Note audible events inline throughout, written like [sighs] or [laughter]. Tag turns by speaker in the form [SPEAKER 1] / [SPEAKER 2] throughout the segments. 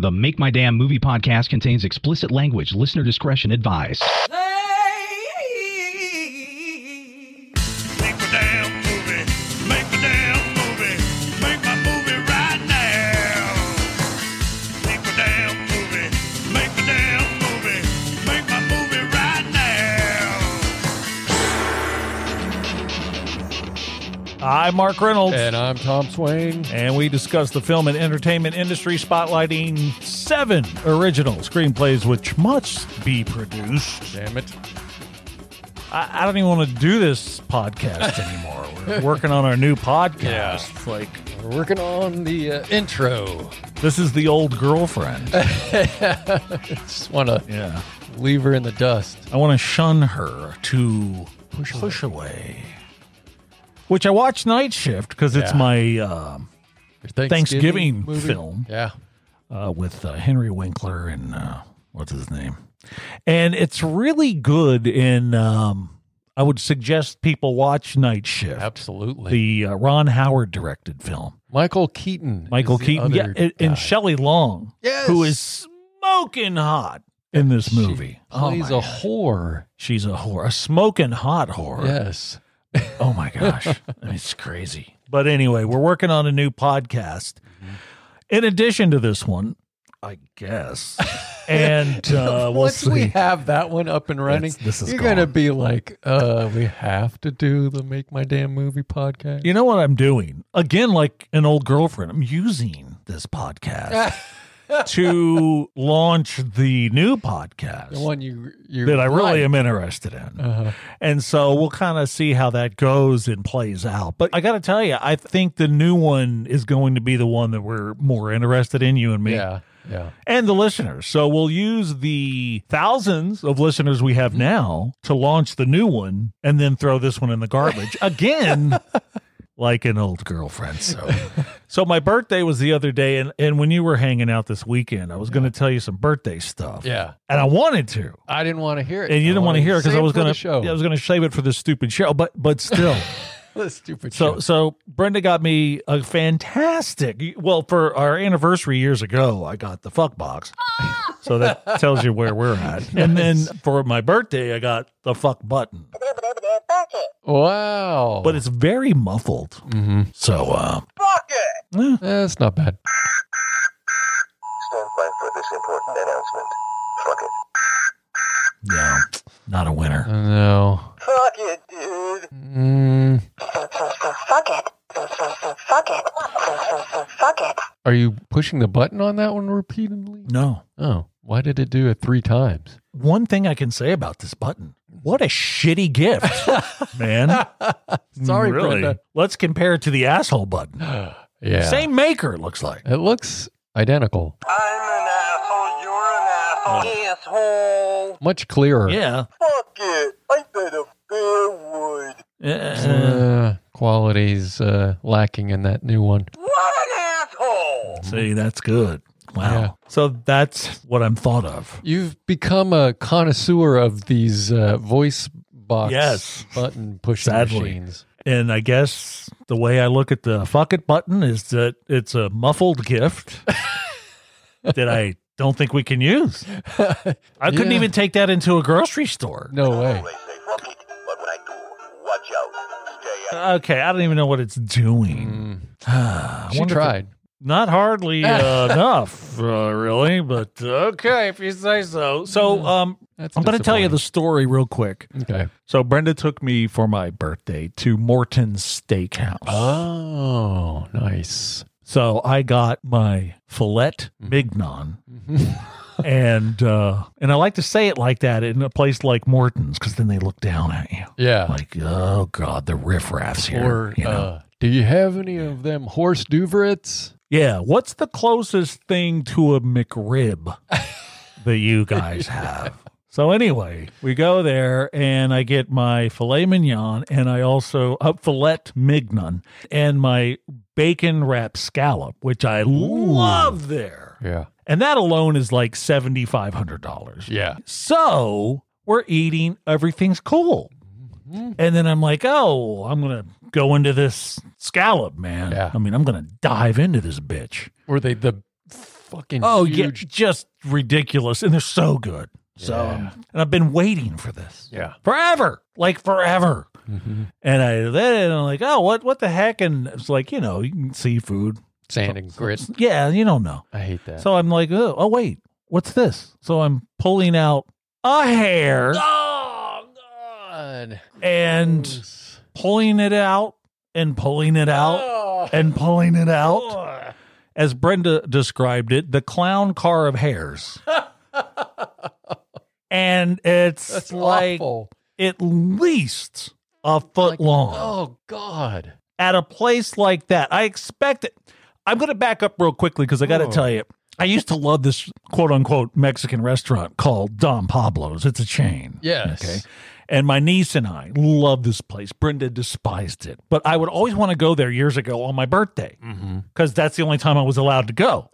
[SPEAKER 1] The Make My Damn Movie podcast contains explicit language. Listener discretion advised.
[SPEAKER 2] Make my damn movie. Make my damn movie. Make my movie right now. Make my damn movie. Make my damn movie. Make my movie right now.
[SPEAKER 3] I'm Mark Reynolds.
[SPEAKER 4] And I'm Tom Swain.
[SPEAKER 3] And we discuss the film and entertainment industry, spotlighting seven original screenplays which must be produced.
[SPEAKER 4] Damn it.
[SPEAKER 3] I, I don't even want to do this
[SPEAKER 4] [laughs]
[SPEAKER 3] podcast anymore. We're working on our new podcast. Like
[SPEAKER 4] We're working on the uh, intro.
[SPEAKER 3] this is the old
[SPEAKER 4] [laughs]
[SPEAKER 3] girlfriend.
[SPEAKER 4] Just want to
[SPEAKER 3] Yeah.
[SPEAKER 4] leave her in the dust.
[SPEAKER 3] I want to shun her to push, away. Which I watch Night Shift because it's
[SPEAKER 4] Yeah.
[SPEAKER 3] my um
[SPEAKER 4] Your
[SPEAKER 3] Thanksgiving,
[SPEAKER 4] movie?
[SPEAKER 3] film.
[SPEAKER 4] Yeah.
[SPEAKER 3] uh, with uh, Henry Winkler and uh, what's his name. And it's really good. In um, I would suggest people watch Night Shift,
[SPEAKER 4] Absolutely.
[SPEAKER 3] the uh, Ron Howard directed film.
[SPEAKER 4] Michael Keaton.
[SPEAKER 3] Michael
[SPEAKER 4] is the
[SPEAKER 3] Keaton, yeah,
[SPEAKER 4] other
[SPEAKER 3] and, and
[SPEAKER 4] guy.
[SPEAKER 3] Shelley Long,
[SPEAKER 4] Yes.
[SPEAKER 3] who is smoking hot in this
[SPEAKER 4] She
[SPEAKER 3] movie. Oh
[SPEAKER 4] plays
[SPEAKER 3] my
[SPEAKER 4] a
[SPEAKER 3] God.
[SPEAKER 4] whore.
[SPEAKER 3] she's a whore, a smoking hot whore.
[SPEAKER 4] Yes.
[SPEAKER 3] Oh my gosh. [laughs] I mean, it's crazy. But anyway, we're working on a new podcast. In addition to this one, I [laughs] guess. And
[SPEAKER 4] [laughs]
[SPEAKER 3] uh, we'll
[SPEAKER 4] Once
[SPEAKER 3] see.
[SPEAKER 4] we have that one up and running,
[SPEAKER 3] It's- this is
[SPEAKER 4] you're going to
[SPEAKER 3] gone.
[SPEAKER 4] be like, uh, we have to do the Make My Damn Movie podcast.
[SPEAKER 3] you know what I'm doing? Again, like an old girlfriend, I'm using this [laughs] podcast to launch the new podcast.
[SPEAKER 4] The one you, you
[SPEAKER 3] that I really
[SPEAKER 4] like.
[SPEAKER 3] am interested in.
[SPEAKER 4] Uh-huh.
[SPEAKER 3] And so we'll kind of see how that goes and plays out. But I got to tell you, I think the new one is going to be the one that we're more interested in, you and me,
[SPEAKER 4] Yeah. Yeah.
[SPEAKER 3] and the listeners. So we'll use the thousands of listeners we have now to launch the new one and then throw this one in the
[SPEAKER 4] [laughs]
[SPEAKER 3] garbage again. Like an old girlfriend. So, so my birthday was the other day, and, and when you were hanging out this weekend, I was going to tell you some birthday stuff.
[SPEAKER 4] Yeah.
[SPEAKER 3] And I wanted to,
[SPEAKER 4] I didn't want to hear it.
[SPEAKER 3] and you
[SPEAKER 4] I
[SPEAKER 3] didn't want to hear it because I
[SPEAKER 4] save
[SPEAKER 3] was
[SPEAKER 4] for the
[SPEAKER 3] going to
[SPEAKER 4] show.
[SPEAKER 3] I was going to save it for this stupid show, but
[SPEAKER 4] [laughs]
[SPEAKER 3] but still.
[SPEAKER 4] The stupid
[SPEAKER 3] so
[SPEAKER 4] show.
[SPEAKER 3] so Brenda got me a fantastic. Well, for our anniversary years ago, I got the fuck box.
[SPEAKER 4] Ah!
[SPEAKER 3] so that tells you where
[SPEAKER 4] [laughs]
[SPEAKER 3] we're at. And then for my birthday, I got the fuck button,
[SPEAKER 4] Wow. Mm-hmm.
[SPEAKER 3] but it's very muffled. So uh,
[SPEAKER 4] That's not bad.
[SPEAKER 5] Stand by for this important announcement. Fuck it.
[SPEAKER 3] yeah, not a winner.
[SPEAKER 4] No.
[SPEAKER 5] Fuck it, dude.
[SPEAKER 4] Mm,
[SPEAKER 5] Fuck it. Fuck it. Fuck it.
[SPEAKER 4] are you pushing the button on that one repeatedly?
[SPEAKER 3] No.
[SPEAKER 4] Oh, why did it do it three times?
[SPEAKER 3] One thing I can say about this button: what a
[SPEAKER 4] [laughs]
[SPEAKER 3] shitty gift, man. Mm,
[SPEAKER 4] Sorry,
[SPEAKER 3] really.
[SPEAKER 4] Brenda.
[SPEAKER 3] Let's compare it to the asshole button.
[SPEAKER 4] Yeah.
[SPEAKER 3] Same maker, it looks like.
[SPEAKER 4] It looks identical.
[SPEAKER 5] I'm an asshole. You're an asshole. Asshole.
[SPEAKER 4] Much clearer.
[SPEAKER 3] Yeah.
[SPEAKER 5] Fuck it. I bet a bear would.
[SPEAKER 4] Uh, qualities uh, lacking in that new one.
[SPEAKER 5] What an asshole.
[SPEAKER 3] see, that's good. Wow.
[SPEAKER 4] Yeah.
[SPEAKER 3] So that's what I'm thought of.
[SPEAKER 4] You've become a connoisseur of these uh, voice box
[SPEAKER 3] Yes.
[SPEAKER 4] button push
[SPEAKER 3] Sadly.
[SPEAKER 4] machines.
[SPEAKER 3] And I guess the way I look at the fuck it button is that it's a muffled
[SPEAKER 4] [laughs]
[SPEAKER 3] gift that I don't think we can use. I couldn't
[SPEAKER 4] Yeah.
[SPEAKER 3] even take that into a grocery store.
[SPEAKER 4] No way.
[SPEAKER 5] They say fuck it, but when I do, watch out. Stay out.
[SPEAKER 3] Okay, I don't even know what it's doing.
[SPEAKER 4] Mm,
[SPEAKER 3] [sighs] I
[SPEAKER 4] she
[SPEAKER 3] wonder if it-
[SPEAKER 4] tried.
[SPEAKER 3] Not
[SPEAKER 4] [laughs]
[SPEAKER 3] hardly uh, enough, uh, really, but uh, okay, if you say so. So, um,
[SPEAKER 4] That's
[SPEAKER 3] I'm going to tell you the
[SPEAKER 4] disappointing.
[SPEAKER 3] story real quick.
[SPEAKER 4] Okay.
[SPEAKER 3] So Brenda took me for my birthday to Morton's Steakhouse.
[SPEAKER 4] Oh, nice.
[SPEAKER 3] So I got my filet
[SPEAKER 4] Mm-hmm.
[SPEAKER 3] mignon. [laughs] and uh, and I like to say it like that in a place like Morton's because then they look down at you
[SPEAKER 4] Yeah.
[SPEAKER 3] like, oh god, the riffraffs here.
[SPEAKER 4] Or
[SPEAKER 3] you know?
[SPEAKER 4] uh, do you have any of them horse duverets?
[SPEAKER 3] yeah, what's the closest thing to a McRib that you guys have? So anyway, we go there and I get my filet mignon and I also uh, filet mignon and my bacon wrap scallop, which I love there.
[SPEAKER 4] Yeah.
[SPEAKER 3] And that alone is like $7,500.
[SPEAKER 4] Yeah.
[SPEAKER 3] So we're eating, everything's cool.
[SPEAKER 4] Mm-hmm.
[SPEAKER 3] And then I'm like, oh, I'm going to go into this scallop, man.
[SPEAKER 4] Yeah.
[SPEAKER 3] I mean, I'm going to dive into this bitch.
[SPEAKER 4] Were they the fucking
[SPEAKER 3] Oh, yeah,
[SPEAKER 4] huge.
[SPEAKER 3] just ridiculous, and they're so good. So, um,
[SPEAKER 4] Yeah.
[SPEAKER 3] and I've been waiting for this
[SPEAKER 4] Yeah.
[SPEAKER 3] forever, like forever.
[SPEAKER 4] Mm-hmm.
[SPEAKER 3] And I then I'm like, oh, what, what the heck? And it's like, you know, you can seafood.
[SPEAKER 4] Sand and grit.
[SPEAKER 3] Yeah, you don't know.
[SPEAKER 4] I hate that.
[SPEAKER 3] So I'm like, oh, oh, wait, what's this? So I'm pulling out a hair
[SPEAKER 4] oh god.
[SPEAKER 3] and pulling it out and pulling it out
[SPEAKER 4] Oh.
[SPEAKER 3] and pulling it out.
[SPEAKER 4] [laughs]
[SPEAKER 3] As Brenda described it, the clown car
[SPEAKER 4] [laughs]
[SPEAKER 3] of hairs. and it's
[SPEAKER 4] That's
[SPEAKER 3] like
[SPEAKER 4] awful.
[SPEAKER 3] at least a foot
[SPEAKER 4] Like,
[SPEAKER 3] long.
[SPEAKER 4] Oh god.
[SPEAKER 3] at a place like that. I expect it. I'm going to back up real quickly because I got to
[SPEAKER 4] Oh.
[SPEAKER 3] tell you, I used to love this quote unquote Mexican restaurant called Don Pablo's. It's a chain.
[SPEAKER 4] Yes.
[SPEAKER 3] Okay. And my niece and I loved this place. Brenda despised it, but I would always want to go there years ago on my birthday because that's the only time I was allowed to go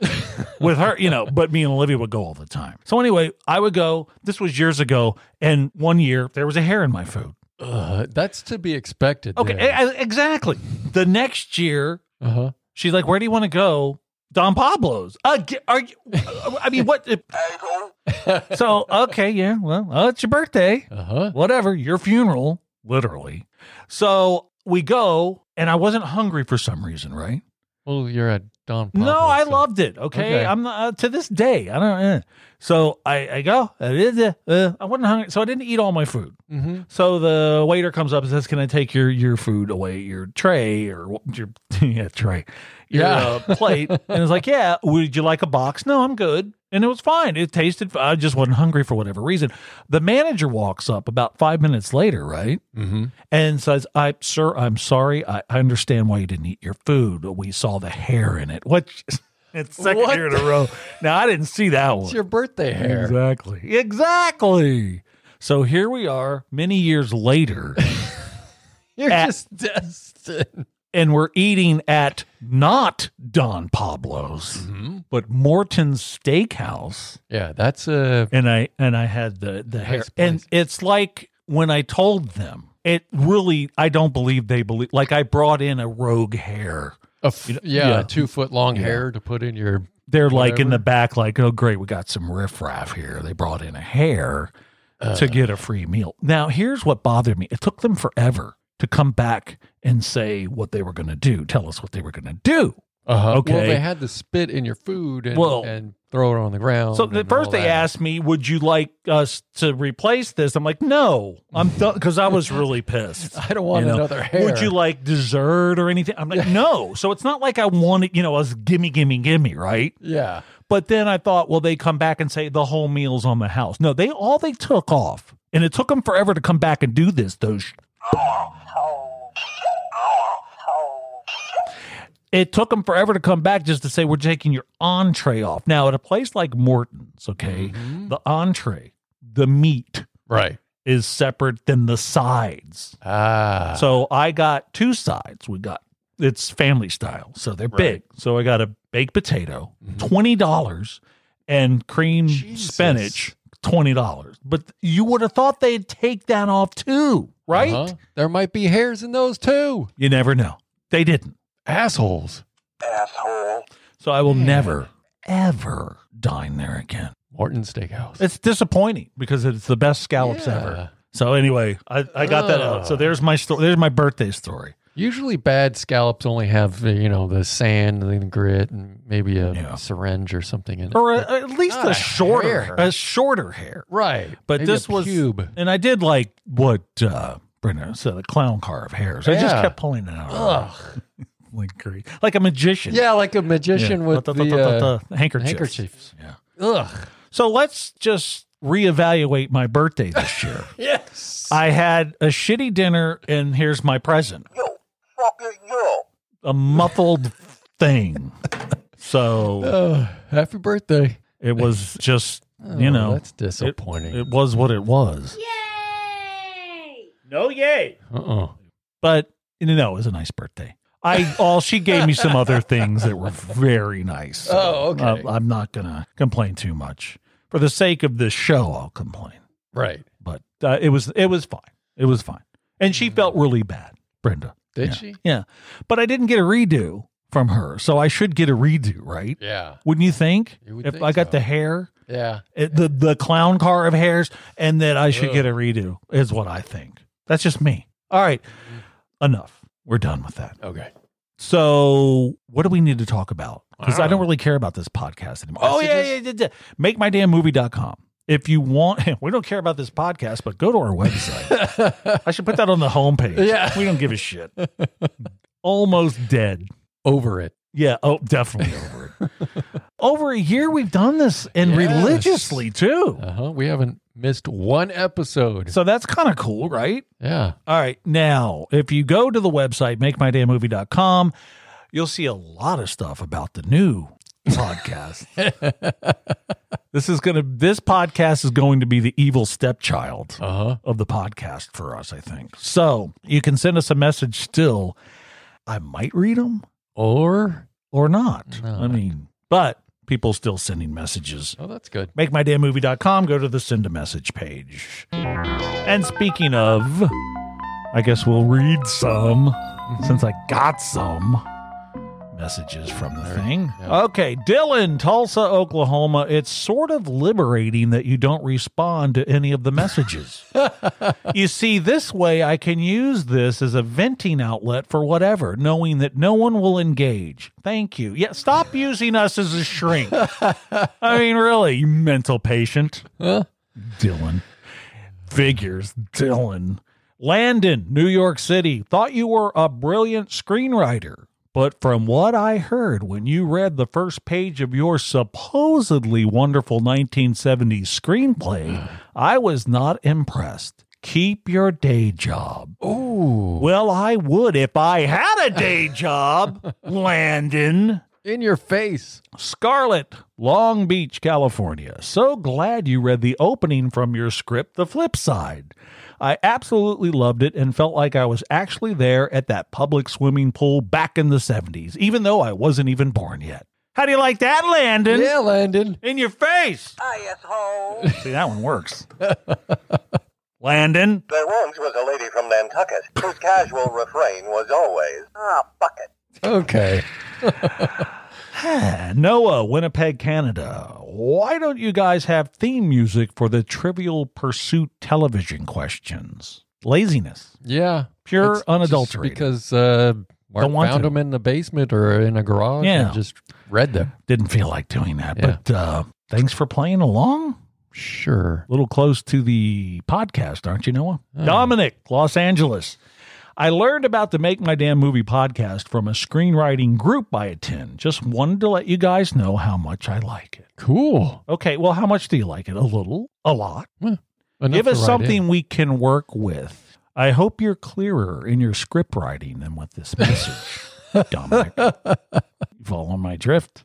[SPEAKER 3] with her, you know. But me and Olivia would go all the time. So anyway, I would go. This was years ago, and one year there was a hair in my food.
[SPEAKER 4] Uh, that's to be expected.
[SPEAKER 3] Okay, eh. e- e- exactly. The next year,
[SPEAKER 4] Uh huh.
[SPEAKER 3] She's like, "Where do you want to go?" Don Pablo's. Uh, g- are you? I mean, what?
[SPEAKER 5] asshole.
[SPEAKER 3] So okay, yeah. Well, oh, it's your birthday.
[SPEAKER 4] Uh huh.
[SPEAKER 3] Whatever. Your funeral, literally. So we go, and I wasn't hungry for some reason, right?
[SPEAKER 4] Well, you're a Don.
[SPEAKER 3] No,
[SPEAKER 4] Pablo,
[SPEAKER 3] I
[SPEAKER 4] Oh, so-
[SPEAKER 3] loved it. Okay,
[SPEAKER 4] Okay.
[SPEAKER 3] I'm not, uh, to this day. I don't. Uh. So I, I go. uh, uh, uh, I wasn't hungry, so I didn't eat all my food.
[SPEAKER 4] Mhm.
[SPEAKER 3] So the waiter comes up and says, "Can I take your your food away, your tray or wh- your [laughs] yeah tray, your
[SPEAKER 4] Yeah.
[SPEAKER 3] uh,
[SPEAKER 4] [laughs]
[SPEAKER 3] plate?" and it's like, "Yeah, would you like a box?" No, I'm good. And it was fine. It tasted. I just wasn't hungry for whatever reason. The manager walks up about five minutes later, right,
[SPEAKER 4] Mhm.
[SPEAKER 3] and says, "I, sir, I'm sorry. I, I understand why you didn't eat your food. We saw the hair in it. [laughs] Which It's second
[SPEAKER 4] What
[SPEAKER 3] year in a row. Now I didn't see that one.
[SPEAKER 4] It's your birthday hair.
[SPEAKER 3] Exactly. Exactly. So here we are many years later,
[SPEAKER 4] You're
[SPEAKER 3] At-
[SPEAKER 4] just [laughs] destined.
[SPEAKER 3] and we're eating at not Don Pablo's,
[SPEAKER 4] Mm-hmm.
[SPEAKER 3] but Morton's Steakhouse.
[SPEAKER 4] Yeah, that's a
[SPEAKER 3] And I and I had the the hair. And
[SPEAKER 4] place.
[SPEAKER 3] it's like when I told them, it really I don't believe they believe like I brought in a rogue hair.
[SPEAKER 4] a f-
[SPEAKER 3] You know-
[SPEAKER 4] yeah,
[SPEAKER 3] yeah.
[SPEAKER 4] a two foot long hair to put in your
[SPEAKER 3] They're like in
[SPEAKER 4] Whatever.
[SPEAKER 3] the back, like, oh great, we got some riffraff here. They brought in a hair.
[SPEAKER 4] Uh.
[SPEAKER 3] to get a free meal. Now, here's what bothered me. It took them forever to come back and say what they were going to do, tell us what they were going to do.
[SPEAKER 4] uh Well,
[SPEAKER 3] okay.
[SPEAKER 4] they had to spit in your food and,
[SPEAKER 3] Well-
[SPEAKER 4] and throw it on the ground.
[SPEAKER 3] So the
[SPEAKER 4] and
[SPEAKER 3] first
[SPEAKER 4] all
[SPEAKER 3] they
[SPEAKER 4] that.
[SPEAKER 3] asked me, "Would you like us to replace this?" I'm like, "No, I'm done," because I was really pissed.
[SPEAKER 4] [laughs] "I don't want
[SPEAKER 3] you know,
[SPEAKER 4] another hair."
[SPEAKER 3] Would you like dessert or anything? I'm like, "No." So it's not like I wanted, you know, I was gimme, gimme, gimme, right?
[SPEAKER 4] yeah,
[SPEAKER 3] But then I thought, well, they come back and say the whole meal's on the house. No, they all they took off, and it took them forever to come back and do this. Those sh-
[SPEAKER 5] Asshole. Asshole.
[SPEAKER 3] it took them forever to come back just to say we're taking your entree off. Now at a place like Morton's, okay, the entree, the meat
[SPEAKER 4] Mm-hmm. right?
[SPEAKER 3] is separate than the sides.
[SPEAKER 4] Ah,
[SPEAKER 3] So I got two sides. We got it's family style, so they're big. So I got a baked potato, twenty dollars, and cream
[SPEAKER 4] Mm-hmm. Jesus.
[SPEAKER 3] spinach, twenty dollars. But you would have thought they'd take that off too, right?
[SPEAKER 4] Uh-huh. There might be hairs in those too.
[SPEAKER 3] You never know. They didn't.
[SPEAKER 4] Assholes.
[SPEAKER 5] Asshole.
[SPEAKER 3] So I will never, ever dine there again.
[SPEAKER 4] Morton Steakhouse.
[SPEAKER 3] It's disappointing because it's the best scallops
[SPEAKER 4] Yeah.
[SPEAKER 3] ever. So anyway, I, I got that out. So
[SPEAKER 4] Ugh.
[SPEAKER 3] there's my story. There's my birthday story.
[SPEAKER 4] Usually, bad scallops only have uh, you know the sand and the grit and maybe a
[SPEAKER 3] Yeah.
[SPEAKER 4] syringe or something in it.
[SPEAKER 3] or a, at least
[SPEAKER 4] not
[SPEAKER 3] a
[SPEAKER 4] a
[SPEAKER 3] shorter,
[SPEAKER 4] hair.
[SPEAKER 3] a shorter hair.
[SPEAKER 4] right,
[SPEAKER 3] But
[SPEAKER 4] Maybe a
[SPEAKER 3] this was,
[SPEAKER 4] pube.
[SPEAKER 3] and I did like what uh, Brenner said, the clown car of hairs. I just
[SPEAKER 4] Yeah.
[SPEAKER 3] kept pulling it out,
[SPEAKER 4] Ugh.
[SPEAKER 3] [laughs] like great, like a magician.
[SPEAKER 4] Yeah, like a magician
[SPEAKER 3] Yeah.
[SPEAKER 4] with
[SPEAKER 3] Da-
[SPEAKER 4] the,
[SPEAKER 3] da- da- da-
[SPEAKER 4] uh,
[SPEAKER 3] da- handkerchief.
[SPEAKER 4] handkerchiefs.
[SPEAKER 3] Yeah.
[SPEAKER 4] Ugh.
[SPEAKER 3] So let's just reevaluate my birthday this year.
[SPEAKER 4] [laughs] Yes.
[SPEAKER 3] I had a shitty dinner, and here's my present:
[SPEAKER 5] You fucking you.
[SPEAKER 3] a muffled
[SPEAKER 4] [laughs]
[SPEAKER 3] thing. So
[SPEAKER 4] Oh, happy birthday.
[SPEAKER 3] it was just, you
[SPEAKER 4] Oh,
[SPEAKER 3] know,
[SPEAKER 4] that's disappointing.
[SPEAKER 3] it was what it was.
[SPEAKER 6] Yay!
[SPEAKER 4] uh-uh.
[SPEAKER 3] but you know, it was a nice birthday. I all she gave me some other things that were very nice.
[SPEAKER 4] [laughs] Oh, okay.
[SPEAKER 3] uh, I'm not gonna complain too much for the sake of the show. I'll complain,
[SPEAKER 4] Right.
[SPEAKER 3] but uh, it was it was fine. It was fine, and she felt really bad, Brenda.
[SPEAKER 4] Did
[SPEAKER 3] Yeah.
[SPEAKER 4] she?
[SPEAKER 3] Yeah, but I didn't get a redo from her. So I should get a redo, right?
[SPEAKER 4] Yeah.
[SPEAKER 3] Wouldn't you think?
[SPEAKER 4] You would
[SPEAKER 3] if
[SPEAKER 4] think
[SPEAKER 3] I got
[SPEAKER 4] so.
[SPEAKER 3] the hair,
[SPEAKER 4] Yeah.
[SPEAKER 3] it, the the clown car of hairs, and that I should
[SPEAKER 4] Ugh.
[SPEAKER 3] get a redo is what I think. That's just me. All right, enough. We're done with that.
[SPEAKER 4] Okay.
[SPEAKER 3] So, what do we need to talk about? Because
[SPEAKER 4] I
[SPEAKER 3] I,
[SPEAKER 4] don't
[SPEAKER 3] don't
[SPEAKER 4] know.
[SPEAKER 3] really care about this podcast anymore. Oh, yeah, yeah,
[SPEAKER 4] Messages?
[SPEAKER 3] yeah, yeah. MakeMyDamnMovie.com. If you want, [laughs] we don't care about this podcast, but go to our website. I should put that on the [laughs] homepage.
[SPEAKER 4] Yeah.
[SPEAKER 3] We don't give a shit. Almost dead.
[SPEAKER 4] [laughs] Over it.
[SPEAKER 3] Yeah. Oh, definitely over it. [laughs] over a year we've done this and
[SPEAKER 4] Yes.
[SPEAKER 3] religiously too.
[SPEAKER 4] Uh huh. We haven't missed one episode.
[SPEAKER 3] So that's kind of cool, right?
[SPEAKER 4] Yeah.
[SPEAKER 3] All right. Now, if you go to the website, makemydamnmovie.com, you'll see a lot of stuff about the new podcast. this is going to, this podcast is going to be the evil stepchild
[SPEAKER 4] Uh huh.
[SPEAKER 3] of the podcast for us, I think. So you can send us a message still. I might read them
[SPEAKER 4] Or.
[SPEAKER 3] or not.
[SPEAKER 4] No.
[SPEAKER 3] I mean, but people still sending messages
[SPEAKER 4] Oh, that's good.
[SPEAKER 3] makemydamnmovie.com, go to the send a message page. And speaking of, I guess we'll read some since I got some messages from the thing.
[SPEAKER 4] Yeah.
[SPEAKER 3] Okay, Dylan, Tulsa, Oklahoma. It's sort of liberating that you don't respond to any of the messages. you see, this way I can use this as a venting outlet for whatever, knowing that no one will engage. Thank you. Yeah, stop using us as a shrink. [laughs] I mean, really, you mental patient.
[SPEAKER 4] Huh?
[SPEAKER 3] Dylan. Figures, Dylan. Landon, New York City. Thought you were a brilliant screenwriter. But from what I heard when you read the first page of your supposedly wonderful
[SPEAKER 4] [sighs]
[SPEAKER 3] 1970s screenplay, I was not impressed. Keep your day job.
[SPEAKER 4] Ooh.
[SPEAKER 3] Well, I would if I had a
[SPEAKER 4] [laughs]
[SPEAKER 3] day job, Landon.
[SPEAKER 4] In your face.
[SPEAKER 3] Scarlett, Long Beach, California. So glad you read the opening from your script, The Flip Side. I absolutely loved it and felt like I was actually there at that public swimming pool back in the 70s, even though I wasn't even born yet. How do you like that, Landon?
[SPEAKER 4] Yeah, Landon.
[SPEAKER 3] In your face!
[SPEAKER 5] asshole.
[SPEAKER 3] See, that one works. [laughs] Landon?
[SPEAKER 5] There once was a lady from Nantucket whose casual refrain was always, ah, fuck it.
[SPEAKER 4] Okay.
[SPEAKER 3] Noah, Winnipeg, Canada. Why don't you guys have theme music for the Trivial Pursuit television questions? Laziness.
[SPEAKER 4] Yeah.
[SPEAKER 3] Pure
[SPEAKER 4] It's just
[SPEAKER 3] unadulterated.
[SPEAKER 4] Because uh, Mark
[SPEAKER 3] Don't want
[SPEAKER 4] found
[SPEAKER 3] to.
[SPEAKER 4] them in the basement or in a garage
[SPEAKER 3] Yeah.
[SPEAKER 4] and just read them.
[SPEAKER 3] Didn't feel like doing that,
[SPEAKER 4] Yeah.
[SPEAKER 3] but uh, thanks for playing along.
[SPEAKER 4] Sure.
[SPEAKER 3] A little close to the podcast, aren't you, Noah?
[SPEAKER 4] Oh.
[SPEAKER 3] Dominic, Los Angeles. I learned about the Make My Damn Movie podcast from a screenwriting group I attend. Just wanted to let you guys know how much I like it.
[SPEAKER 4] Cool.
[SPEAKER 3] Okay, well, how much do you like it? A little? A lot?
[SPEAKER 4] Enough
[SPEAKER 3] Give
[SPEAKER 4] to
[SPEAKER 3] us
[SPEAKER 4] write
[SPEAKER 3] something
[SPEAKER 4] in.
[SPEAKER 3] we can work with. I hope you're clearer in your script writing than with this message, [laughs] Dominic. You follow my drift?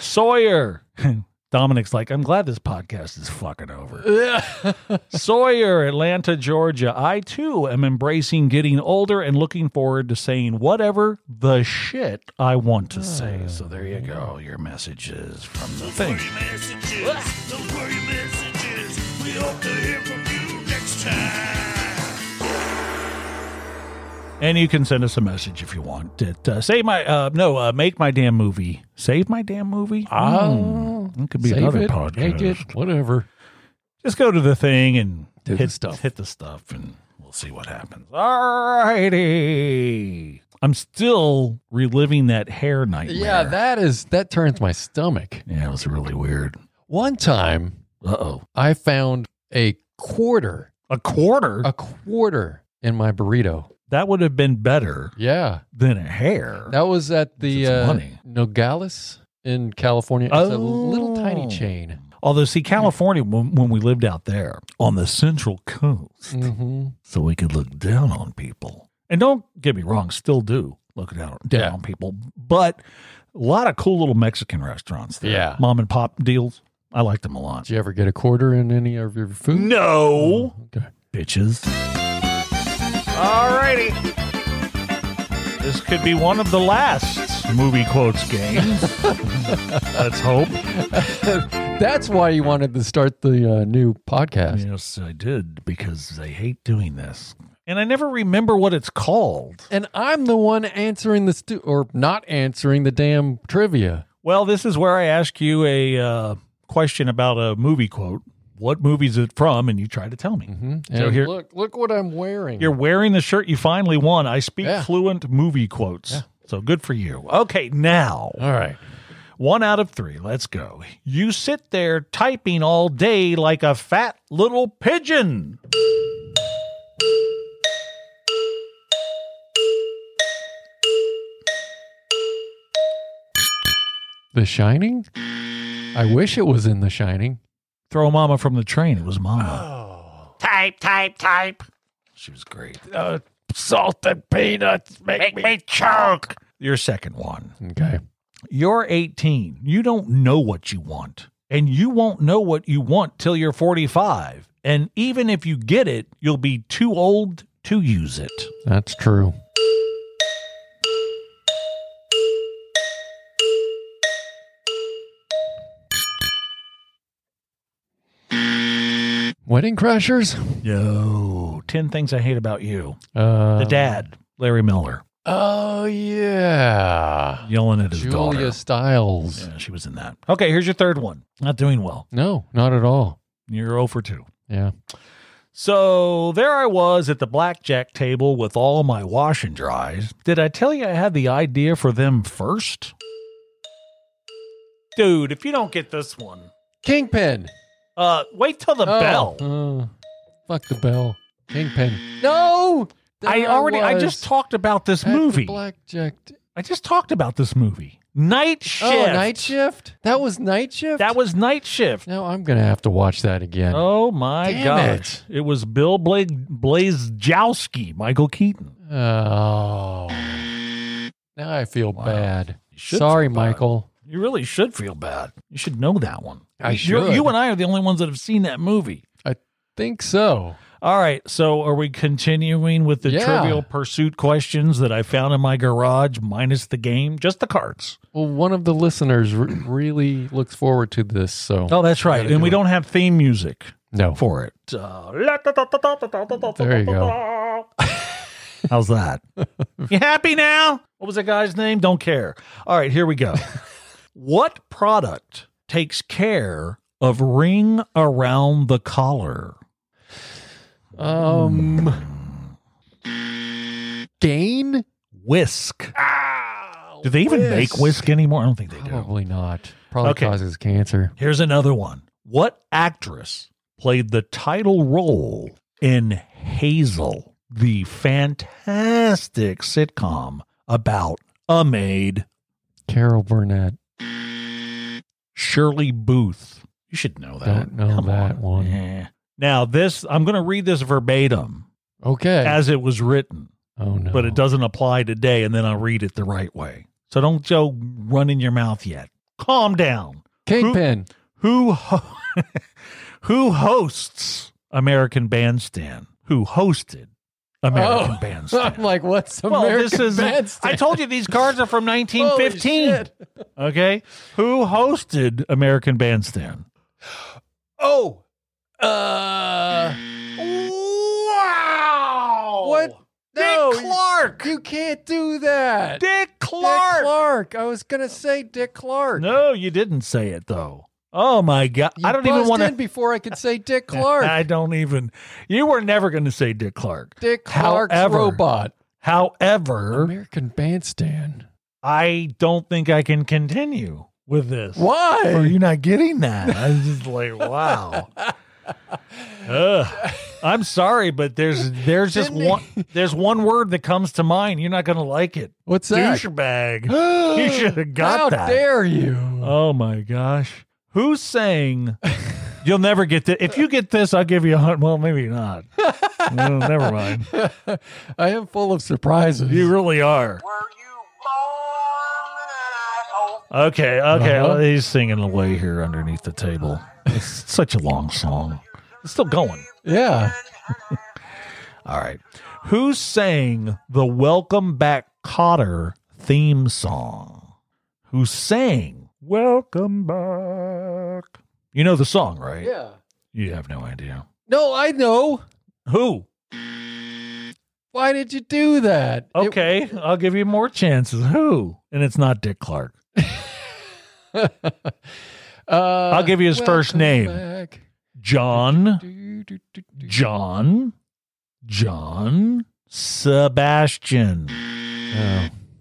[SPEAKER 3] Sawyer. [laughs] Dominic's like, I'm glad this podcast is fucking over. [laughs] Sawyer, Atlanta, Georgia. I too am embracing getting older and looking forward to saying whatever the shit I want to say. So there you go. Your messages from the thing.
[SPEAKER 2] Worry messages. Don't worry messages. We hope to hear from you next time.
[SPEAKER 3] And you can send us a message if you want. It, uh, save my uh, no, uh, make my damn movie. Save my damn movie.
[SPEAKER 4] Oh,
[SPEAKER 3] Hmm. it could be
[SPEAKER 4] Save
[SPEAKER 3] another
[SPEAKER 4] it,
[SPEAKER 3] podcast.
[SPEAKER 4] make it, whatever.
[SPEAKER 3] Just go to the thing and
[SPEAKER 4] Do the
[SPEAKER 3] hit
[SPEAKER 4] stuff.
[SPEAKER 3] Hit the stuff, and we'll see what happens. All righty. I'm still reliving that hair nightmare.
[SPEAKER 4] Yeah, that is that turns my stomach.
[SPEAKER 3] yeah, it was really weird.
[SPEAKER 4] One time,
[SPEAKER 3] Uh oh,
[SPEAKER 4] I found a quarter,
[SPEAKER 3] a quarter.
[SPEAKER 4] a quarter in my burrito.
[SPEAKER 3] that would have been better
[SPEAKER 4] Yeah,
[SPEAKER 3] than a hair.
[SPEAKER 4] that was at the
[SPEAKER 3] It's
[SPEAKER 4] uh,
[SPEAKER 3] money.
[SPEAKER 4] Nogales in California. It's a little
[SPEAKER 3] Oh.
[SPEAKER 4] tiny chain.
[SPEAKER 3] Although, see, California, when, when we lived out there on the Central Coast,
[SPEAKER 4] hmm
[SPEAKER 3] so we could look down on people. And don't get me wrong, still do look down, down
[SPEAKER 4] Yeah.
[SPEAKER 3] on people, but a lot of cool little Mexican restaurants there.
[SPEAKER 4] Yeah.
[SPEAKER 3] Mom and pop deals. I like them a lot.
[SPEAKER 4] Did you ever get a quarter in any of your food?
[SPEAKER 3] No,
[SPEAKER 4] Okay.
[SPEAKER 3] bitches. Alrighty. This could be one of the last movie quotes
[SPEAKER 4] [laughs]
[SPEAKER 3] games. Let's hope.
[SPEAKER 4] That's why you wanted to start the uh, new podcast.
[SPEAKER 3] Yes, I did because I hate doing this. and I never remember what it's called.
[SPEAKER 4] And I'm the one answering the stu- or not answering the damn trivia.
[SPEAKER 3] Well, this is where I ask you a uh, question about a movie quote. What movie is it from? And you try to tell me.
[SPEAKER 4] Mm-hmm.
[SPEAKER 3] So here-
[SPEAKER 4] look, look what I'm wearing.
[SPEAKER 3] You're wearing the shirt you finally won. I speak
[SPEAKER 4] Yeah.
[SPEAKER 3] fluent movie quotes. So good for you. Okay, now
[SPEAKER 4] All right.
[SPEAKER 3] one out of three. Let's go. You sit there typing all day like a fat little pigeon.
[SPEAKER 4] The Shining. I wish it was in The Shining.
[SPEAKER 3] Throw Mama from the train. It was
[SPEAKER 4] Oh.
[SPEAKER 3] Mama. Type, type, type. She was great. Uh, salted peanuts make, me, choke. Your second one.
[SPEAKER 4] Okay.
[SPEAKER 3] You're 18. You don't know what you want. And you won't know what you want till you're 45. And even if you get it, you'll be too old to use it.
[SPEAKER 4] That's true. Wedding Crashers?
[SPEAKER 3] No. 10 Things I Hate About You.
[SPEAKER 4] Uh,
[SPEAKER 3] the dad, Larry Miller,
[SPEAKER 4] Oh, yeah.
[SPEAKER 3] yelling at his
[SPEAKER 4] Julia
[SPEAKER 3] daughter.
[SPEAKER 4] Stiles.
[SPEAKER 3] Yeah, she was in that. Okay, here's your third one. Not doing well.
[SPEAKER 4] No, not at all.
[SPEAKER 3] You're 0 for 2.
[SPEAKER 4] Yeah.
[SPEAKER 3] So there I was at the blackjack table with all my wash and dries. Did I tell you I had the idea for them first? Dude, if you don't get this one,
[SPEAKER 4] Kingpin.
[SPEAKER 3] uh, wait till the
[SPEAKER 4] Oh,
[SPEAKER 3] bell.
[SPEAKER 4] uh, fuck the bell. Kingpin. No!
[SPEAKER 3] I
[SPEAKER 4] There
[SPEAKER 3] already, I
[SPEAKER 4] was
[SPEAKER 3] just talked about this
[SPEAKER 4] at the
[SPEAKER 3] movie.
[SPEAKER 4] Blackjack.
[SPEAKER 3] I just talked about this movie. Night Shift.
[SPEAKER 4] Oh, night shift. That was night shift.
[SPEAKER 3] That was Night Shift.
[SPEAKER 4] Now I'm gonna have to watch that again.
[SPEAKER 3] Oh my
[SPEAKER 4] Damn
[SPEAKER 3] gosh. It. was Bill Bla- Blazejowski, Michael Keaton.
[SPEAKER 4] Oh. Now I feel bad.
[SPEAKER 3] You should
[SPEAKER 4] Sorry,
[SPEAKER 3] feel bad.
[SPEAKER 4] Michael.
[SPEAKER 3] You really should feel bad. You should know that one.
[SPEAKER 4] I
[SPEAKER 3] you,
[SPEAKER 4] should.
[SPEAKER 3] You and I are the only ones that have seen that movie.
[SPEAKER 4] Think so.
[SPEAKER 3] All right. So are we continuing with the
[SPEAKER 4] Yeah.
[SPEAKER 3] trivial pursuit questions that I found in my garage, minus the game, just the cards?
[SPEAKER 4] Well, one of the listeners r- really looks forward to this. So
[SPEAKER 3] Oh, that's right. And we don't have theme music
[SPEAKER 4] no,
[SPEAKER 3] for it. Uh,
[SPEAKER 4] there you
[SPEAKER 3] [laughs]
[SPEAKER 4] go.
[SPEAKER 3] How's that? [laughs] you happy now? What was the guy's name? Don't care. All right, here we [laughs] go. what product takes care of ring around the collar?
[SPEAKER 4] Um, gain?
[SPEAKER 3] Whisk. Do they even make whisk anymore? I don't think they do.
[SPEAKER 4] Probably not. Probably
[SPEAKER 3] Okay.
[SPEAKER 4] causes cancer.
[SPEAKER 3] Here's another one. What actress played the title role in Hazel, the fantastic sitcom about a maid?
[SPEAKER 4] Carol Burnett.
[SPEAKER 3] Shirley Booth. You should know that.
[SPEAKER 4] Don't know that one.
[SPEAKER 3] Yeah. Now this, I'm going to read this verbatim
[SPEAKER 4] Okay.
[SPEAKER 3] as it was written,
[SPEAKER 4] oh no.
[SPEAKER 3] but it doesn't apply today. And then I'll read it the right way. So don't go run in your mouth yet. Calm down.
[SPEAKER 4] Kingpin.
[SPEAKER 3] Who ho- [laughs] who hosts American Bandstand? Who hosted American
[SPEAKER 4] Oh. [laughs]
[SPEAKER 3] Bandstand?
[SPEAKER 4] I'm like, what's
[SPEAKER 3] [laughs] well,
[SPEAKER 4] American
[SPEAKER 3] this is. I
[SPEAKER 4] Bandstand?
[SPEAKER 3] told you these cards are
[SPEAKER 4] [laughs]
[SPEAKER 3] from
[SPEAKER 4] Holy
[SPEAKER 3] 1915.
[SPEAKER 4] shit.
[SPEAKER 3] Okay, who hosted American Bandstand?
[SPEAKER 4] Oh. Uh.
[SPEAKER 3] Oh.
[SPEAKER 4] Wow. What? No,
[SPEAKER 3] Dick Clark.
[SPEAKER 4] You, you can't do that.
[SPEAKER 3] Dick
[SPEAKER 4] Dick
[SPEAKER 3] Clark.
[SPEAKER 4] Clark. I was gonna say Dick Clark.
[SPEAKER 3] No, you didn't say it though. Oh my god!
[SPEAKER 4] You
[SPEAKER 3] I don't even
[SPEAKER 4] buzzed
[SPEAKER 3] want
[SPEAKER 4] in
[SPEAKER 3] to.
[SPEAKER 4] before I could say
[SPEAKER 3] [laughs]
[SPEAKER 4] Dick Clark.
[SPEAKER 3] I don't even. You were never going to say Dick Clark.
[SPEAKER 4] Dick Clark's
[SPEAKER 3] However-
[SPEAKER 4] robot.
[SPEAKER 3] However,
[SPEAKER 4] American Bandstand.
[SPEAKER 3] I don't think I can continue with this.
[SPEAKER 4] Why? [laughs]
[SPEAKER 3] Are you not getting that? I was just like, wow. Ugh. I'm sorry, but there's there's just
[SPEAKER 4] Didn't he-
[SPEAKER 3] one there's one word that comes to mind. You're not going to like it.
[SPEAKER 4] What's that?
[SPEAKER 3] Douchebag.
[SPEAKER 4] you [gasps]
[SPEAKER 3] should have got
[SPEAKER 4] How
[SPEAKER 3] that.
[SPEAKER 4] dare you?
[SPEAKER 3] Oh my gosh.
[SPEAKER 4] [laughs]
[SPEAKER 3] Who sang You'll never get this. If you get this, I'll give you a hundred. Well, maybe not. No, never
[SPEAKER 4] [laughs]
[SPEAKER 3] mind.
[SPEAKER 4] I am full of surprises.
[SPEAKER 3] You really are.
[SPEAKER 5] Were you born an asshole?
[SPEAKER 3] Okay, okay.
[SPEAKER 4] Uh-huh.
[SPEAKER 3] well, he's singing away here underneath the table. It's such a long song. It's still going.
[SPEAKER 4] yeah.
[SPEAKER 3] All right. Who sang the Welcome Back Cotter theme song? Who sang Welcome Back? You know the song, right?
[SPEAKER 4] Yeah.
[SPEAKER 3] You have no idea.
[SPEAKER 4] No, I know.
[SPEAKER 3] Who?
[SPEAKER 4] Why did you do that? It-
[SPEAKER 3] Okay, I'll give you more chances. Who? And it's not Dick Clark.
[SPEAKER 4] [laughs] uh, I'll
[SPEAKER 3] give you his first name. John. John, John, Sebastian.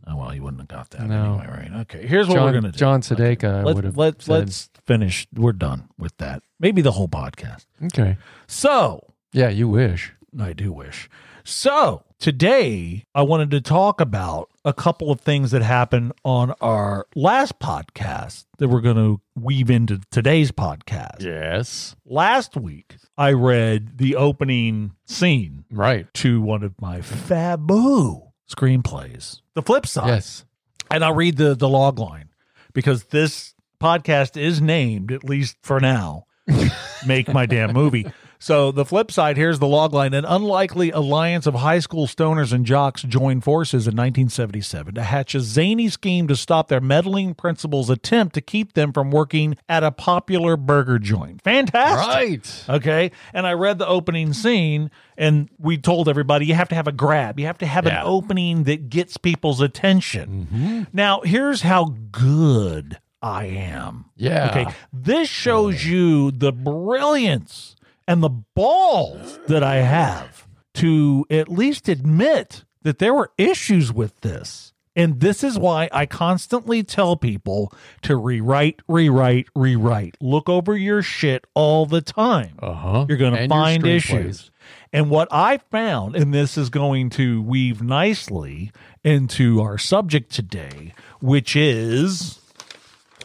[SPEAKER 3] Oh, well, you wouldn't have got that
[SPEAKER 4] No.
[SPEAKER 3] anyway, right? Okay, here's what we're
[SPEAKER 4] John,
[SPEAKER 3] gonna do.
[SPEAKER 4] John Sudeika. I would
[SPEAKER 3] Let,
[SPEAKER 4] have
[SPEAKER 3] let,
[SPEAKER 4] said.
[SPEAKER 3] let's finish. We're done with that. Maybe the whole podcast.
[SPEAKER 4] Okay.
[SPEAKER 3] So
[SPEAKER 4] Yeah, you wish.
[SPEAKER 3] I do wish. So today I wanted to talk about a couple of things that happened on our last podcast that we're going to weave into today's podcast.
[SPEAKER 4] Yes.
[SPEAKER 3] Last week I read the opening scene
[SPEAKER 4] Right.
[SPEAKER 3] to one of my fabu screenplays. The flip side.
[SPEAKER 4] Yes.
[SPEAKER 3] And I'll read the, the log line because this podcast is named, at least for now, [laughs] Make My Damn Movie. So the flip side, here's the log line. An unlikely alliance of high school stoners and jocks joined forces in 1977 to hatch a zany scheme to stop their meddling principal's attempt to keep them from working at a popular burger joint. Fantastic.
[SPEAKER 4] Right.
[SPEAKER 3] Okay. And I read the opening scene, and we told everybody you have to have a grab. You have to have
[SPEAKER 4] Yeah.
[SPEAKER 3] an opening that gets people's attention. Now, here's how good I am.
[SPEAKER 4] Yeah.
[SPEAKER 3] Okay. This shows you the brilliance and the balls that I have to at least admit that there were issues with this. And this is why I constantly tell people to rewrite, rewrite, rewrite. Look over your shit all the time.
[SPEAKER 4] Uh huh.
[SPEAKER 3] You're going to find issues. And what I found, and this is going to weave nicely into our subject today, which is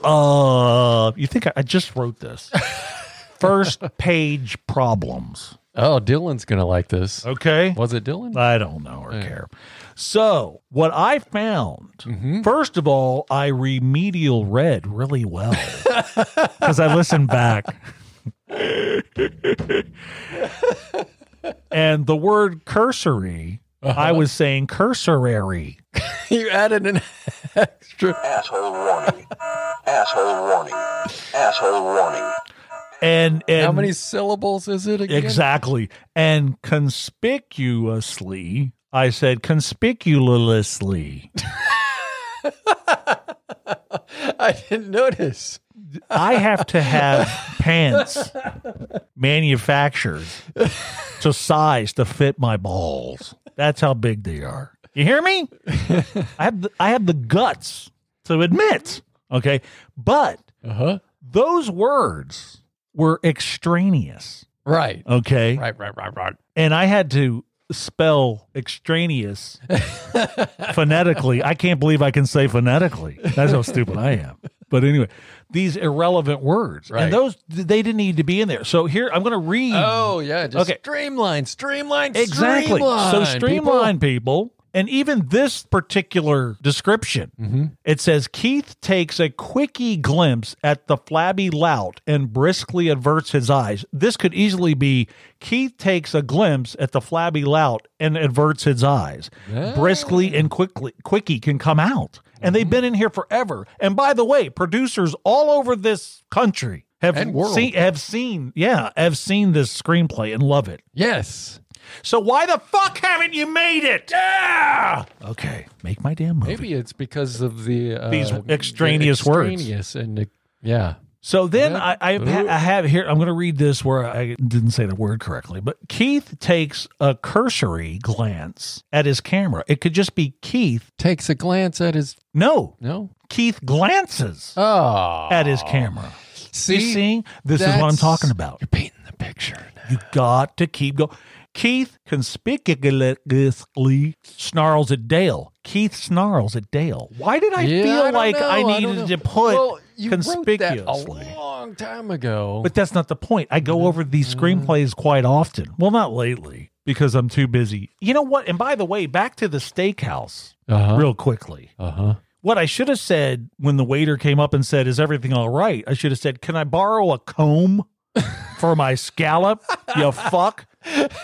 [SPEAKER 3] uh you think I, I just wrote this. First page problems.
[SPEAKER 4] Oh, Dylan's going to like this.
[SPEAKER 3] Okay.
[SPEAKER 4] Was it Dylan?
[SPEAKER 3] I don't know or care. So, what I found,
[SPEAKER 4] Mm-hmm.
[SPEAKER 3] first of all, I remedial read
[SPEAKER 4] [laughs]
[SPEAKER 3] really well because I listened back. and the word cursory,
[SPEAKER 4] Uh-huh.
[SPEAKER 3] I was saying cursorary.
[SPEAKER 4] [laughs] you added an extra.
[SPEAKER 5] Asshole warning. Asshole warning. Asshole warning.
[SPEAKER 3] And, and
[SPEAKER 4] How many syllables is it again?
[SPEAKER 3] Exactly. And conspicuously, I said conspicuously.
[SPEAKER 4] [laughs] I didn't notice.
[SPEAKER 3] I have to have pants manufactured to size to fit my balls. That's how big they are. You hear me? I have the, I have the guts to admit. Okay, but
[SPEAKER 4] Uh
[SPEAKER 3] Uh-huh.
[SPEAKER 4] huh.
[SPEAKER 3] those words were extraneous.
[SPEAKER 4] Right.
[SPEAKER 3] Okay,
[SPEAKER 4] Right, right, right, right.
[SPEAKER 3] and I had to spell
[SPEAKER 4] [laughs]
[SPEAKER 3] extraneous phonetically. I can't believe I can say phonetically. That's how stupid I am. But anyway, these irrelevant words
[SPEAKER 4] Right.
[SPEAKER 3] and those they didn't need to be in there. So here I'm going to read
[SPEAKER 4] Oh, yeah. Just
[SPEAKER 3] Okay.
[SPEAKER 4] streamline, streamline,
[SPEAKER 3] exactly.
[SPEAKER 4] streamline.
[SPEAKER 3] so streamline people. And even this particular description,
[SPEAKER 4] Mm-hmm.
[SPEAKER 3] it says Keith takes a quickie glimpse at the flabby lout and briskly averts his eyes. This could easily be Keith takes a glimpse at the flabby lout and averts his eyes. Briskly and quickly, quickie can come out. And
[SPEAKER 4] Mm-hmm.
[SPEAKER 3] they've been in here forever. And by the way, producers all over this country have
[SPEAKER 4] And world.
[SPEAKER 3] seen have seen yeah have seen this screenplay and love it.
[SPEAKER 4] Yes.
[SPEAKER 3] So why the fuck haven't you made it? Yeah. Okay, make my damn movie.
[SPEAKER 4] Maybe it's because of the uh,
[SPEAKER 3] These
[SPEAKER 4] the
[SPEAKER 3] extraneous words.
[SPEAKER 4] extraneous and the, yeah.
[SPEAKER 3] So then
[SPEAKER 4] Yeah.
[SPEAKER 3] I, I, ha- I have here. I'm going to read this where I didn't say the word correctly, but Keith takes a cursory glance at his camera. It could just be Keith.
[SPEAKER 4] Takes a glance at his
[SPEAKER 3] No,
[SPEAKER 4] no.
[SPEAKER 3] Keith glances
[SPEAKER 4] Oh,
[SPEAKER 3] at his camera. You
[SPEAKER 4] See,
[SPEAKER 3] see, this is what I'm
[SPEAKER 4] That's-
[SPEAKER 3] talking about.
[SPEAKER 4] you're painting the picture. Now.
[SPEAKER 3] You got to keep going. Keith conspicuously snarls at Dale. Keith snarls at Dale. Why did I
[SPEAKER 4] Yeah,
[SPEAKER 3] feel
[SPEAKER 4] don't
[SPEAKER 3] like
[SPEAKER 4] know,
[SPEAKER 3] I
[SPEAKER 4] don't
[SPEAKER 3] needed
[SPEAKER 4] know.
[SPEAKER 3] to put
[SPEAKER 4] well, you wrote that
[SPEAKER 3] conspicuously?
[SPEAKER 4] a long time ago.
[SPEAKER 3] But that's not the point. I go over these screenplays
[SPEAKER 4] Mm.
[SPEAKER 3] quite often. Well, not lately because I'm too busy. You know what? And by the way, back to the steakhouse
[SPEAKER 4] uh-huh.
[SPEAKER 3] real quickly.
[SPEAKER 4] Uh huh.
[SPEAKER 3] What I should have said when the waiter came up and said, Is everything all right? I should have said, Can I borrow a comb for my scallop? You fuck.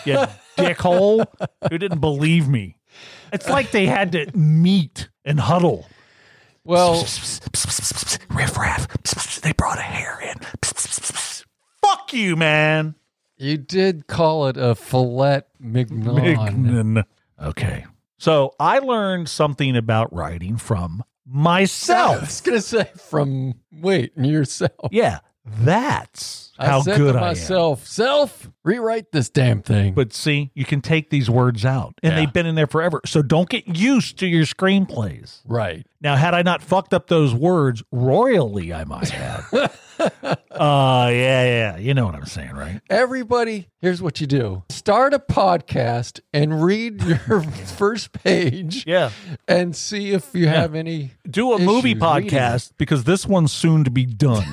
[SPEAKER 3] You dickhole who didn't believe me. It's like they had to meet and huddle.
[SPEAKER 4] Well,
[SPEAKER 3] Riff raff. They brought a hair in. Fuck you, man.
[SPEAKER 4] you did call it a fillet mignon.
[SPEAKER 3] Mignon. Okay. So I learned something about writing from
[SPEAKER 4] [laughs]
[SPEAKER 3] myself.
[SPEAKER 4] I was gonna say from wait yourself.
[SPEAKER 3] Yeah, that's
[SPEAKER 4] I
[SPEAKER 3] how
[SPEAKER 4] said
[SPEAKER 3] good
[SPEAKER 4] to
[SPEAKER 3] I am.
[SPEAKER 4] myself, self, rewrite this damn thing.
[SPEAKER 3] But see, you can take these words out, and
[SPEAKER 4] Yeah.
[SPEAKER 3] they've been in there forever. So don't get used to your screenplays.
[SPEAKER 4] right,
[SPEAKER 3] Now, had I not fucked up those words royally, I might
[SPEAKER 4] [laughs]
[SPEAKER 3] have. Oh, yeah, yeah. You know what I'm saying, right?
[SPEAKER 4] everybody. Here's what you do: start a podcast and read [laughs] your first page,
[SPEAKER 3] Yeah.
[SPEAKER 4] and see if you have any.
[SPEAKER 3] Do a movie
[SPEAKER 4] Issues reading it.
[SPEAKER 3] podcast because this one's soon to be done.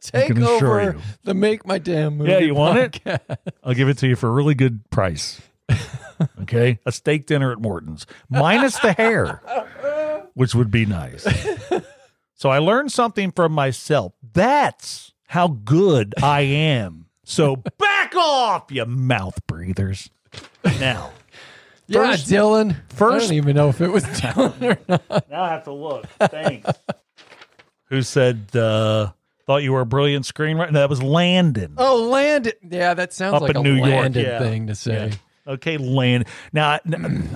[SPEAKER 4] Take
[SPEAKER 3] can assure
[SPEAKER 4] over
[SPEAKER 3] you.
[SPEAKER 4] the make my damn movie.
[SPEAKER 3] Yeah, you want it?
[SPEAKER 4] podcast.
[SPEAKER 3] I'll give it to you for a really good price. Okay. A steak dinner at Morton's, minus the hair, which would be nice. So I learned something from myself. That's how good I am. So back off, you mouth breathers. Now,
[SPEAKER 4] Yeah,
[SPEAKER 3] [laughs] First-
[SPEAKER 4] Dylan. I
[SPEAKER 3] first-
[SPEAKER 4] don't even know if
[SPEAKER 3] [laughs]
[SPEAKER 4] it was Dylan or not.
[SPEAKER 3] now I have to look. Thanks. Who said, uh, thought you were a brilliant screenwriter? No, That was Landon.
[SPEAKER 4] Oh, landed. Yeah, that sounds
[SPEAKER 3] Up
[SPEAKER 4] like
[SPEAKER 3] in
[SPEAKER 4] a
[SPEAKER 3] New York,
[SPEAKER 4] landed
[SPEAKER 3] yeah.
[SPEAKER 4] thing to say.
[SPEAKER 3] Okay, Landon. Now,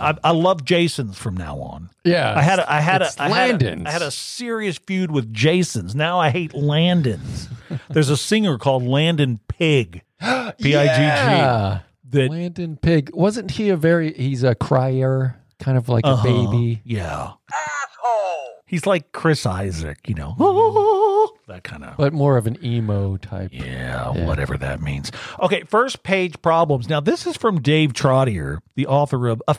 [SPEAKER 3] I, I love Jason's from now on.
[SPEAKER 4] Yeah,
[SPEAKER 3] I had a, I had a,
[SPEAKER 4] it's
[SPEAKER 3] I had a,
[SPEAKER 4] Landon's.
[SPEAKER 3] I had a serious feud with Jason's. Now I hate Landon's.
[SPEAKER 4] [laughs]
[SPEAKER 3] There's a singer called Landon
[SPEAKER 4] [gasps]
[SPEAKER 3] Pig. P I G G.
[SPEAKER 4] Yeah.
[SPEAKER 3] That
[SPEAKER 4] Landon Pig wasn't he a very he's a crier, kind of like
[SPEAKER 3] uh-huh,
[SPEAKER 4] a baby.
[SPEAKER 3] Yeah,
[SPEAKER 5] Asshole!
[SPEAKER 3] he's like Chris Isaac,
[SPEAKER 4] [laughs]
[SPEAKER 3] you know, that kind of.
[SPEAKER 4] But more of an emo type.
[SPEAKER 3] Yeah,
[SPEAKER 4] Yeah.
[SPEAKER 3] whatever that means. Okay, first page problems. Now this is from Dave Trottier, the author of a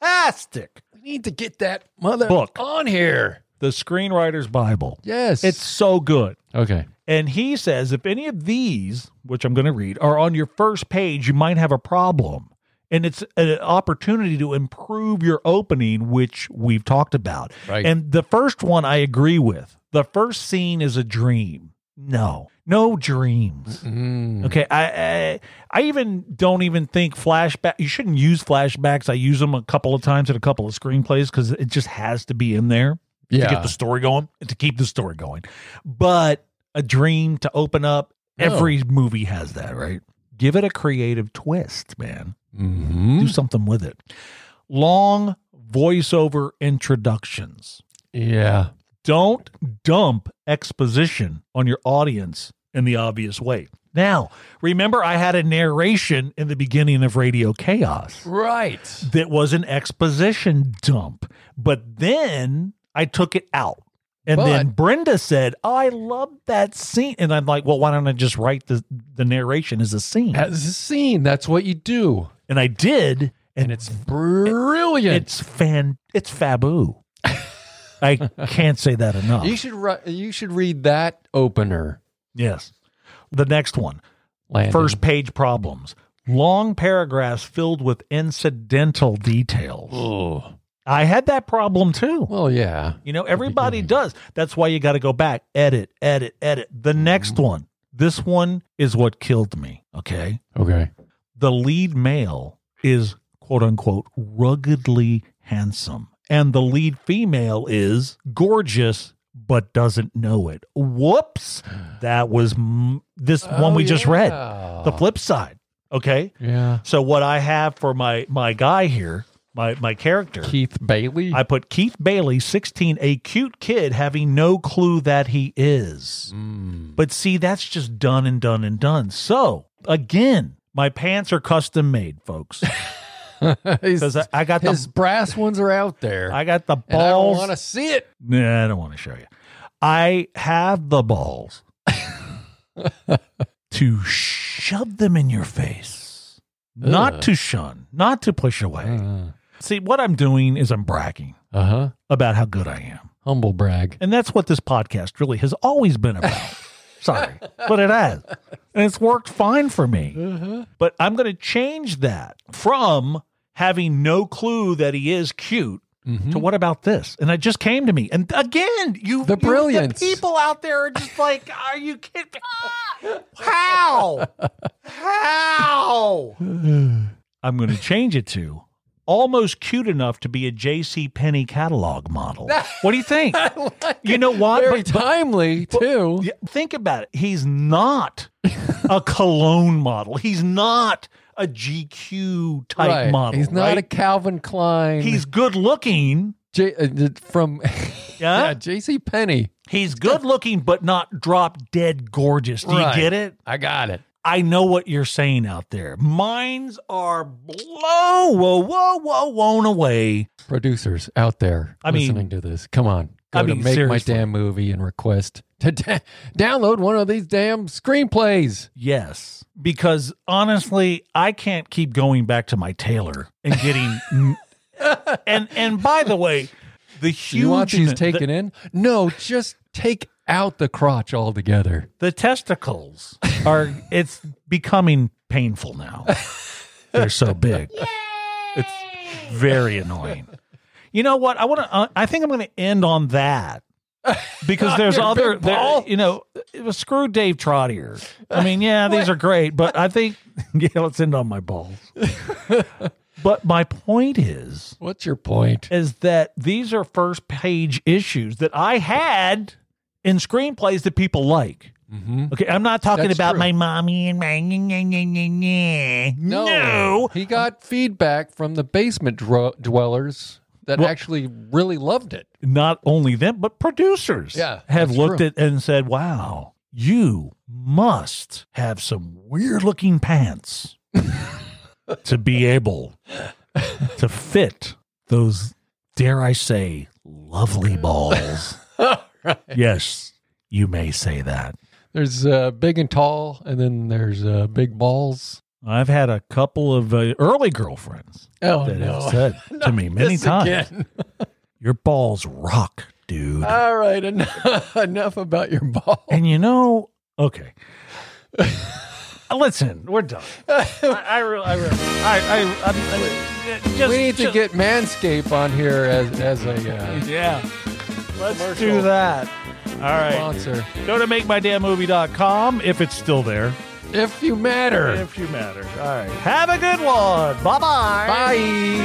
[SPEAKER 3] fantastic
[SPEAKER 4] We need to get that mother
[SPEAKER 3] Book.
[SPEAKER 4] on here.
[SPEAKER 3] The Screenwriter's Bible.
[SPEAKER 4] Yes.
[SPEAKER 3] It's so good.
[SPEAKER 4] okay.
[SPEAKER 3] And he says if any of these, which I'm going to read, are on your first page, you might have a problem. And it's an opportunity to improve your opening, which we've talked about.
[SPEAKER 4] Right.
[SPEAKER 3] And the first one I agree with. The first scene is a dream. No, no dreams.
[SPEAKER 4] Mm.
[SPEAKER 3] Okay, I, I I even don't even think flashback. You shouldn't use flashbacks. I use them a couple of times in a couple of screenplays because it just has to be in there to
[SPEAKER 4] Yeah.
[SPEAKER 3] get the story going, to keep the story going. But a dream to open up.
[SPEAKER 4] No.
[SPEAKER 3] Every movie has that, right? Give it a creative twist, man.
[SPEAKER 4] Mhm.
[SPEAKER 3] Do something with it. Long voiceover introductions.
[SPEAKER 4] Yeah.
[SPEAKER 3] Don't dump exposition on your audience in the obvious way. Now, remember, I had a narration in the beginning of Radio Chaos
[SPEAKER 4] Right.
[SPEAKER 3] that was an exposition dump. But then I took it out. And then Brenda said, "Oh, I love that scene. And I'm like, well, why don't I just write the, the narration as a scene?
[SPEAKER 4] As a scene, that's what you do.
[SPEAKER 3] And I did. And
[SPEAKER 4] And it's brilliant.
[SPEAKER 3] it's fan it's fabu. I can't say that enough.
[SPEAKER 4] you should ri- you should read that opener.
[SPEAKER 3] Yes. The next one.
[SPEAKER 4] Landon.
[SPEAKER 3] First page problems. Long paragraphs filled with incidental details.
[SPEAKER 4] Oh.
[SPEAKER 3] I had that problem too.
[SPEAKER 4] Well, yeah.
[SPEAKER 3] You know, everybody does. That's why you got to go back, edit, edit, edit. The next one. This one is what killed me. Okay.
[SPEAKER 4] Okay.
[SPEAKER 3] The lead male is quote unquote ruggedly handsome, and the lead female is gorgeous but doesn't know it. Whoops. That was m- this one
[SPEAKER 4] Oh,
[SPEAKER 3] we just read. The flip side. Okay.
[SPEAKER 4] Yeah.
[SPEAKER 3] So what I have for my my guy here, my my character
[SPEAKER 4] Keith Bailey.
[SPEAKER 3] [laughs] I put Keith Bailey, 16, a cute kid having no clue that he is.
[SPEAKER 4] Mm. [laughs]
[SPEAKER 3] But see, that's just done and done and done. So, again, my pants are custom made,
[SPEAKER 4] [laughs]
[SPEAKER 3] folks. Because I, I got
[SPEAKER 4] his
[SPEAKER 3] the
[SPEAKER 4] brass ones are out there.
[SPEAKER 3] I got the
[SPEAKER 4] and I
[SPEAKER 3] balls.
[SPEAKER 4] want to see it.
[SPEAKER 3] nah, I don't want to show you. I have
[SPEAKER 4] [laughs]
[SPEAKER 3] the balls to shove them in your face. Not
[SPEAKER 4] Ugh. Uh-huh.
[SPEAKER 3] to shun, not to push away. See, what I'm doing is I'm bragging
[SPEAKER 4] Uh huh.
[SPEAKER 3] about how good I am.
[SPEAKER 4] Humble brag.
[SPEAKER 3] And that's what this podcast really has always been about.
[SPEAKER 4] [laughs]
[SPEAKER 3] Sorry, but it has. And it's worked fine for me.
[SPEAKER 4] Uh-huh.
[SPEAKER 3] But I'm going to change that from having no clue that he is cute to what about this? And it just came to me. And again,
[SPEAKER 4] Mm-hmm.
[SPEAKER 3] you
[SPEAKER 4] The
[SPEAKER 3] you-
[SPEAKER 4] brilliance.
[SPEAKER 3] people out there are just like, are you kidding? [laughs] me? How? How? I'm going to change it to almost cute enough to be a J.C. Penney
[SPEAKER 4] [laughs]
[SPEAKER 3] catalog model. What do you think? you know what?
[SPEAKER 4] Very
[SPEAKER 3] But-
[SPEAKER 4] timely too.
[SPEAKER 3] yeah, think about it. He's not a cologne model. He's not a GQ type
[SPEAKER 4] right.
[SPEAKER 3] model.
[SPEAKER 4] He's not a
[SPEAKER 3] right?
[SPEAKER 4] Calvin Klein.
[SPEAKER 3] He's good looking.
[SPEAKER 4] J- uh, d- from [laughs] yeah,
[SPEAKER 3] Yeah.
[SPEAKER 4] J.C. Penny.
[SPEAKER 3] He's good looking, but not drop dead gorgeous. Do
[SPEAKER 4] Right.
[SPEAKER 3] you get it?
[SPEAKER 4] I got it.
[SPEAKER 3] I know what you're saying out there. Mines are blow, whoa, whoa, whoa, blown away.
[SPEAKER 4] Producers out there
[SPEAKER 3] I mean-
[SPEAKER 4] listening to this, come on, go
[SPEAKER 3] I
[SPEAKER 4] to
[SPEAKER 3] mean,
[SPEAKER 4] make
[SPEAKER 3] seriously.
[SPEAKER 4] my damn movie and request to da- download one of these damn screenplays.
[SPEAKER 3] Yes, because honestly, I can't keep going back to my tailor and getting. and and by the way, the huge
[SPEAKER 4] you want these
[SPEAKER 3] the-
[SPEAKER 4] taken in? No, just take out the crotch altogether.
[SPEAKER 3] the testicles are [laughs] it's becoming painful now. They're so
[SPEAKER 4] [laughs]
[SPEAKER 3] big. It's very annoying. You know what? I want to. Uh, I think I'm going to end on that
[SPEAKER 4] [laughs]
[SPEAKER 3] because there's
[SPEAKER 4] Your
[SPEAKER 3] other.
[SPEAKER 4] big
[SPEAKER 3] there-
[SPEAKER 4] ball?
[SPEAKER 3] you know, it was screw Dave Trottier. I mean, yeah, these are great, but I think [laughs] yeah, let's end on my
[SPEAKER 4] [laughs]
[SPEAKER 3] balls. but my point is,
[SPEAKER 4] What's your point?
[SPEAKER 3] is that these are first page issues that I had in screenplays that people like.
[SPEAKER 4] Mm-hmm.
[SPEAKER 3] Okay, I'm not talking
[SPEAKER 4] That's
[SPEAKER 3] about
[SPEAKER 4] true.
[SPEAKER 3] my mommy and my no. no.
[SPEAKER 4] He got feedback from the basement dro- dwellers that
[SPEAKER 3] Well-
[SPEAKER 4] actually really loved [laughs] it.
[SPEAKER 3] Not only them, but producers
[SPEAKER 4] Yeah,
[SPEAKER 3] have
[SPEAKER 4] that's
[SPEAKER 3] looked
[SPEAKER 4] true.
[SPEAKER 3] at and said, "Wow, you must have some
[SPEAKER 4] [laughs]
[SPEAKER 3] weird-looking pants to be able to fit those, dare I say,
[SPEAKER 4] [laughs]
[SPEAKER 3] lovely balls." Yes, you may say that.
[SPEAKER 4] There's uh, big and tall, and then there's uh, big balls.
[SPEAKER 3] I've had a couple of uh, early girlfriends
[SPEAKER 4] Oh
[SPEAKER 3] that have
[SPEAKER 4] [laughs]
[SPEAKER 3] said to me many
[SPEAKER 4] This
[SPEAKER 3] times,
[SPEAKER 4] again.
[SPEAKER 3] "Your balls rock,
[SPEAKER 4] [laughs]
[SPEAKER 3] dude."
[SPEAKER 4] All right, enough, [laughs] enough about your ball.
[SPEAKER 3] and you know, okay. Uh, Listen,
[SPEAKER 4] [laughs]
[SPEAKER 3] we're done. I, I really, I really, I, I, I, I just,
[SPEAKER 4] We need to
[SPEAKER 3] just-
[SPEAKER 4] get Manscaped on here as as a uh,
[SPEAKER 3] yeah. Let's
[SPEAKER 4] Commercial.
[SPEAKER 3] do that. All right,
[SPEAKER 4] sponsor,
[SPEAKER 3] go to makemydamnmovie.com if it's still there,
[SPEAKER 4] if you matter.
[SPEAKER 3] if you matter. All right, have a good one. Bye-bye.
[SPEAKER 4] Bye.